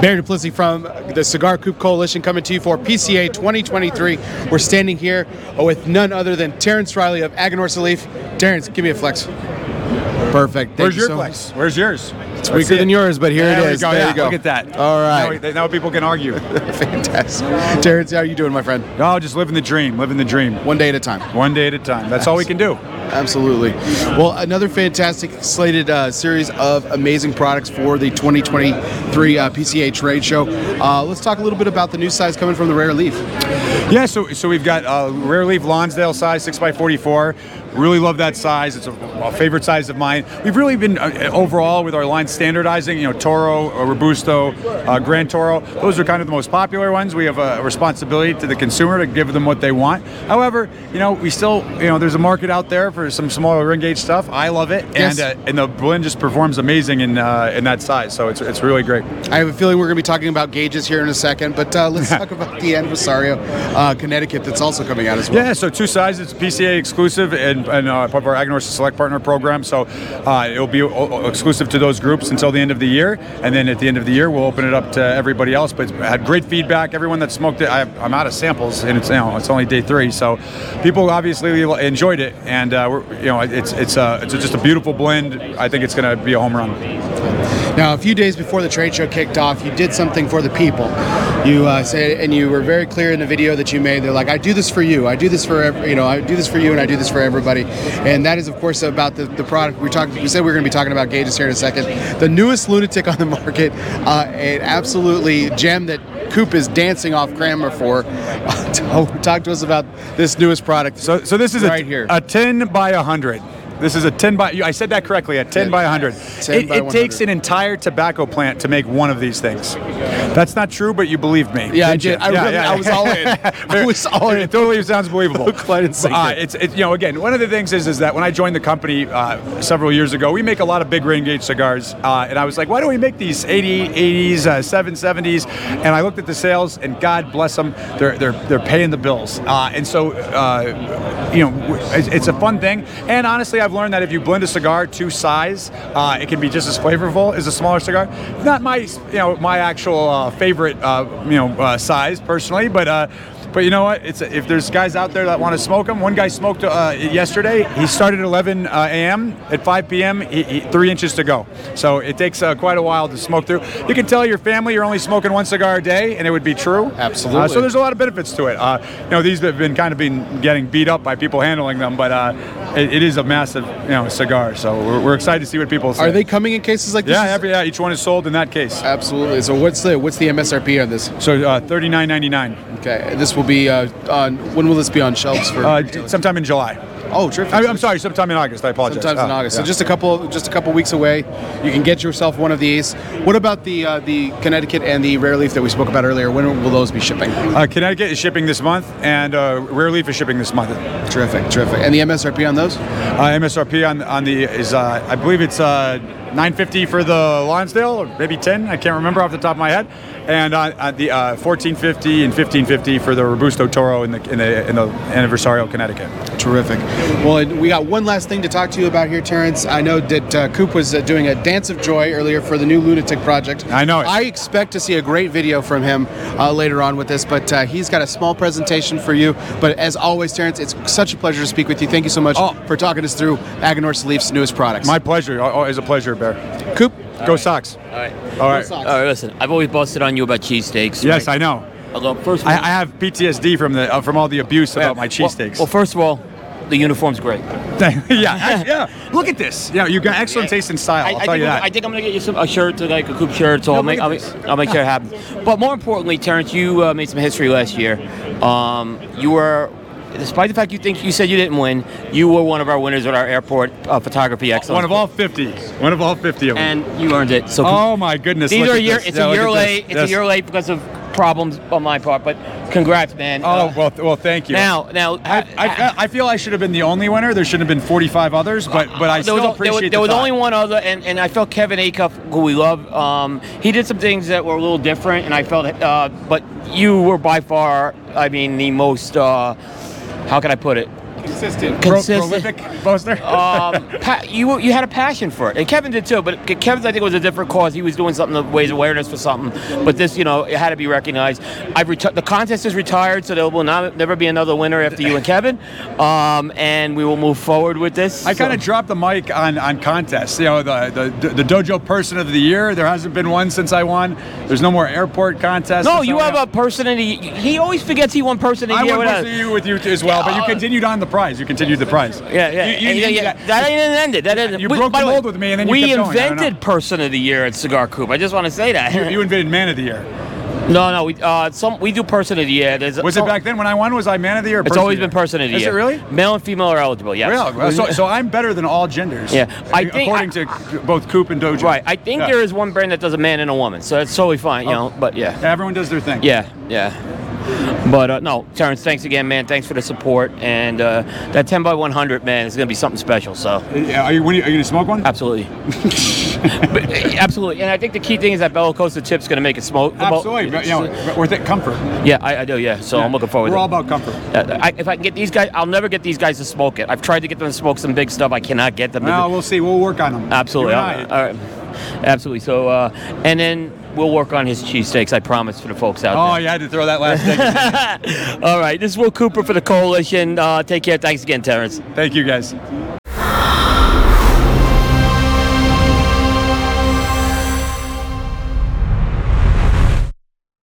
Barry Duplessis from the Cigar Coupe Coalition coming to you for PCA 2023. We're standing here with none other than Terrence Riley of Agonorsa Leaf. Terrence, give me a flex. Perfect. Thank Where's you your so flex? much. Where's yours? It's weaker than yours, but here There it we is. go, There yeah, you go. Look at that. All right. Now, now people can argue. Fantastic. Terrence, how are you doing, my friend? no, just living the dream, living the dream. One day at a time. One day at a time. That's all we can do. Absolutely. Well, another fantastic slated uh, series of amazing products for the 2023 uh, PCA trade show. Uh, let's talk a little bit about the new size coming from the Rare Leaf. Yeah, so so we've got uh, rare leaf Lonsdale size six x forty four. Really love that size. It's a, a favorite size of mine. We've really been uh, overall with our line standardizing. You know, Toro, uh, Robusto, uh, Grand Toro. Those are kind of the most popular ones. We have a responsibility to the consumer to give them what they want. However, you know, we still you know there's a market out there for some smaller ring gauge stuff. I love it, Yes. and uh, and the blend just performs amazing in uh, in that size. So it's it's really great. I have a feeling we're going to be talking about gauges here in a second, but uh, let's talk about the Anniversario uh, Connecticut that's also coming out as well. Yeah, so two sizes, PCA exclusive and, and uh, part of our Agnorsa Select Partner program. So uh, it'll be o- o- exclusive to those groups until the end of the year. And then at the end of the year, we'll open it up to everybody else. But it's had great feedback. Everyone that smoked it, I, I'm out of samples, and it's, you know, it's only day three. So people obviously li- enjoyed it. And uh, we're, you know, it's, it's, uh, it's just a beautiful blend. I think it's going to be a home run. Now, a few days before the trade show kicked off, you did something for the people. You uh, said, and you were very clear in the video that you made. They're like, "I do this for you. I do this for ev- you know. I do this for you, and I do this for everybody." And that is, of course, about the, the product we talked. We said we are going to be talking about gauges here in a second. The newest lunatic on the market, uh, an absolutely gem that Coop is dancing off Kramer for. Talk to us about this newest product. So, so this is Right a, here. a 10 by 100. This is a 10 by, you- I said that correctly, a 10 by 100. 10 it, by it takes 100. an entire tobacco plant to make one of these things. That's not true, but you believed me. Yeah, I didn't you? did. I really- I was all in. I was all in. Oh, It totally sounds believable. Hook, line, and sinker. Uh, it's, it, you know, again, one of the things is, is that when I joined the company uh, several years ago, we make a lot of big rain gauge cigars. Uh, and I was like, why don't we make these 80, 80s, uh, 770s? And I looked at the sales, and God bless them, they're, they're, they're paying the bills. Uh, and so, uh, you know, w- it's, it's a fun thing. And honestly, I've learned that if you blend a cigar to size, uh, it can be just as flavorful as a smaller cigar. Not my, you know, my actual uh, favorite, uh, you know, uh, size personally, but. Uh, but you know what? It's if there's guys out there that want to smoke them. One guy smoked uh, yesterday. He started at 11 uh, a.m. At 5 p.m., he, he, three inches to go. So it takes uh, quite a while to smoke through. You can tell your family you're only smoking one cigar a day, and it would be true. Absolutely. Uh, so there's a lot of benefits to it. Uh, you know, these have been kind of been getting beat up by people handling them, but uh, it, it is a massive you know cigar. So we're, we're excited to see what people say. Are they coming in cases like this? Yeah, every, yeah. Each one is sold in that case. Absolutely. So what's the what's the MSRP on this? So uh, 39.99. Okay, this will be uh, on. When will this be on shelves for? Uh, d- sometime in July. oh, terrific! I, I'm sorry, sometime in August. I apologize. Sometimes in Uh, August. yeah. So just a couple, just a couple weeks away, you can get yourself one of these. What about the uh, the Connecticut and the rare leaf that we spoke about earlier? When will those be shipping? uh, Connecticut is shipping this month, and uh, Rare Leaf is shipping this month. Uh, Terrific, terrific. And the MSRP on those? MSRP on on the is uh, I believe it's uh, 950 for the Lonsdale, or maybe 10. I can't remember off the top of my head. And on, on the uh, 1450 and 1550 for the Robusto Toro in the in the in the Anniversario Connecticut. Terrific. Well, and we got one last thing to talk to you about here, Terrence. I know that uh, Coop was uh, doing a dance of joy earlier for the new Lunatic Project. I know it. I expect to see a great video from him uh, later on with this, but uh, he's got a small presentation for you. But as always, Terrence, it's such a pleasure to speak with you. Thank you so much Oh. for talking us through Agonor's Leaf's newest products. My pleasure. Al- Always a pleasure, Bear. Coop. Go Sox. All right. All right. Sox. All right, listen. I've always busted on you about cheesesteaks. Yes, right? I know. Although first, of I, all- I have PTSD from the uh, from all the abuse about my cheesesteaks. Well, well, first of all, the uniform's great. yeah, act- yeah. Look at this. Yeah, you got excellent taste and style. I, I'll I tell think you I'm- that. I think I'm gonna get you some a shirt, like a coupe shirt. So I'll make look at I'll, make this. I'll make sure it happens. But more importantly, Terrence, you uh, made some history last year. Um, you were. Despite the fact you think you said you didn't win, you were one of our winners at our airport uh, photography excellence. one of all 50. One of all 50 of them. and you earned it. So oh my goodness. These look are at year. this. It's Yeah, a look year at late. this. It's a year Yes. late because of problems on my part. But congrats, man. Oh Uh, well, th- well, thank you. now, now, I, I, I feel I should have been the only winner. There should have been 45 others, but but I there still was, there appreciate was, the there was thought. only one other, and, and I felt Kevin Acuff, who we love, um, he did some things that were a little different, and I felt, uh, but you were by far, I mean, the most, uh, how can I put it? Consistent. Consistent. prolific poster. um, pa- you you had a passion for it, and Kevin did too. But Kevin's, I think, was a different cause. He was doing something to raise awareness for something. But this, you know, it had to be recognized. I've reti- the contest is retired, so there will not never be another winner after you and Kevin. Um, and we will move forward with this. I kind of So- dropped the mic on, on contests. You know, the, the the dojo person of the year. There hasn't been one since I won. There's no more airport contests. no, you have a person in the. He always forgets he won person in the I year won with most us. of you with you t- as well, but you continued on the prize. You continued the prize. Uh, Yeah, yeah, You, you, yeah, you yeah. got- That ain't ended. That ended. You broke by the way, mold with me, and then you we kept going. I don't invented know. Person of the Year at Cigar Coop. I just want to say that. you, you invented man of the year. no, no, we uh, some we do Person of the Year. There's, oh, Was it back then when I won? Was I man of the year? or It's person of always the year? been Person of the Is Year. it really? Male and female are eligible. Yes. Really? Well, So, so I'm better than all genders. Yeah. I ac- think according to both Coop and Dojo. right. I think Yeah. Oh. there is one brand that does a man and a woman, so that's totally fine. You know, but yeah. Everyone does their thing. Yeah, yeah. But uh, no, Terrence, thanks again, man. Thanks for the support. And uh, that 10 by 100, man, is going to be something special. So, Yeah, Are you, when are you, are you gonna smoke one? absolutely. but, uh, absolutely. And I think the key thing is that Bellicosa Chip's going to make it smoke. Absolutely. but, you know, worth it. Comfort. Yeah, I, I do, yeah. So I'm looking forward We're all to it. about comfort. Uh, I, if I can get these guys, I'll never get these guys to smoke it. I've tried to get them to smoke some big stuff. I cannot get them to do- Well, we'll see. We'll work on them. Absolutely. Uh, You All and right. I. All right. Absolutely. So, uh, and then we'll work on his cheesesteaks, I promise, for the folks out Oh, yeah, I had to throw that last thing. there. All right. This is Will Cooper for the Coalition. Uh, take care. Thanks again, Terrence. Thank you, guys.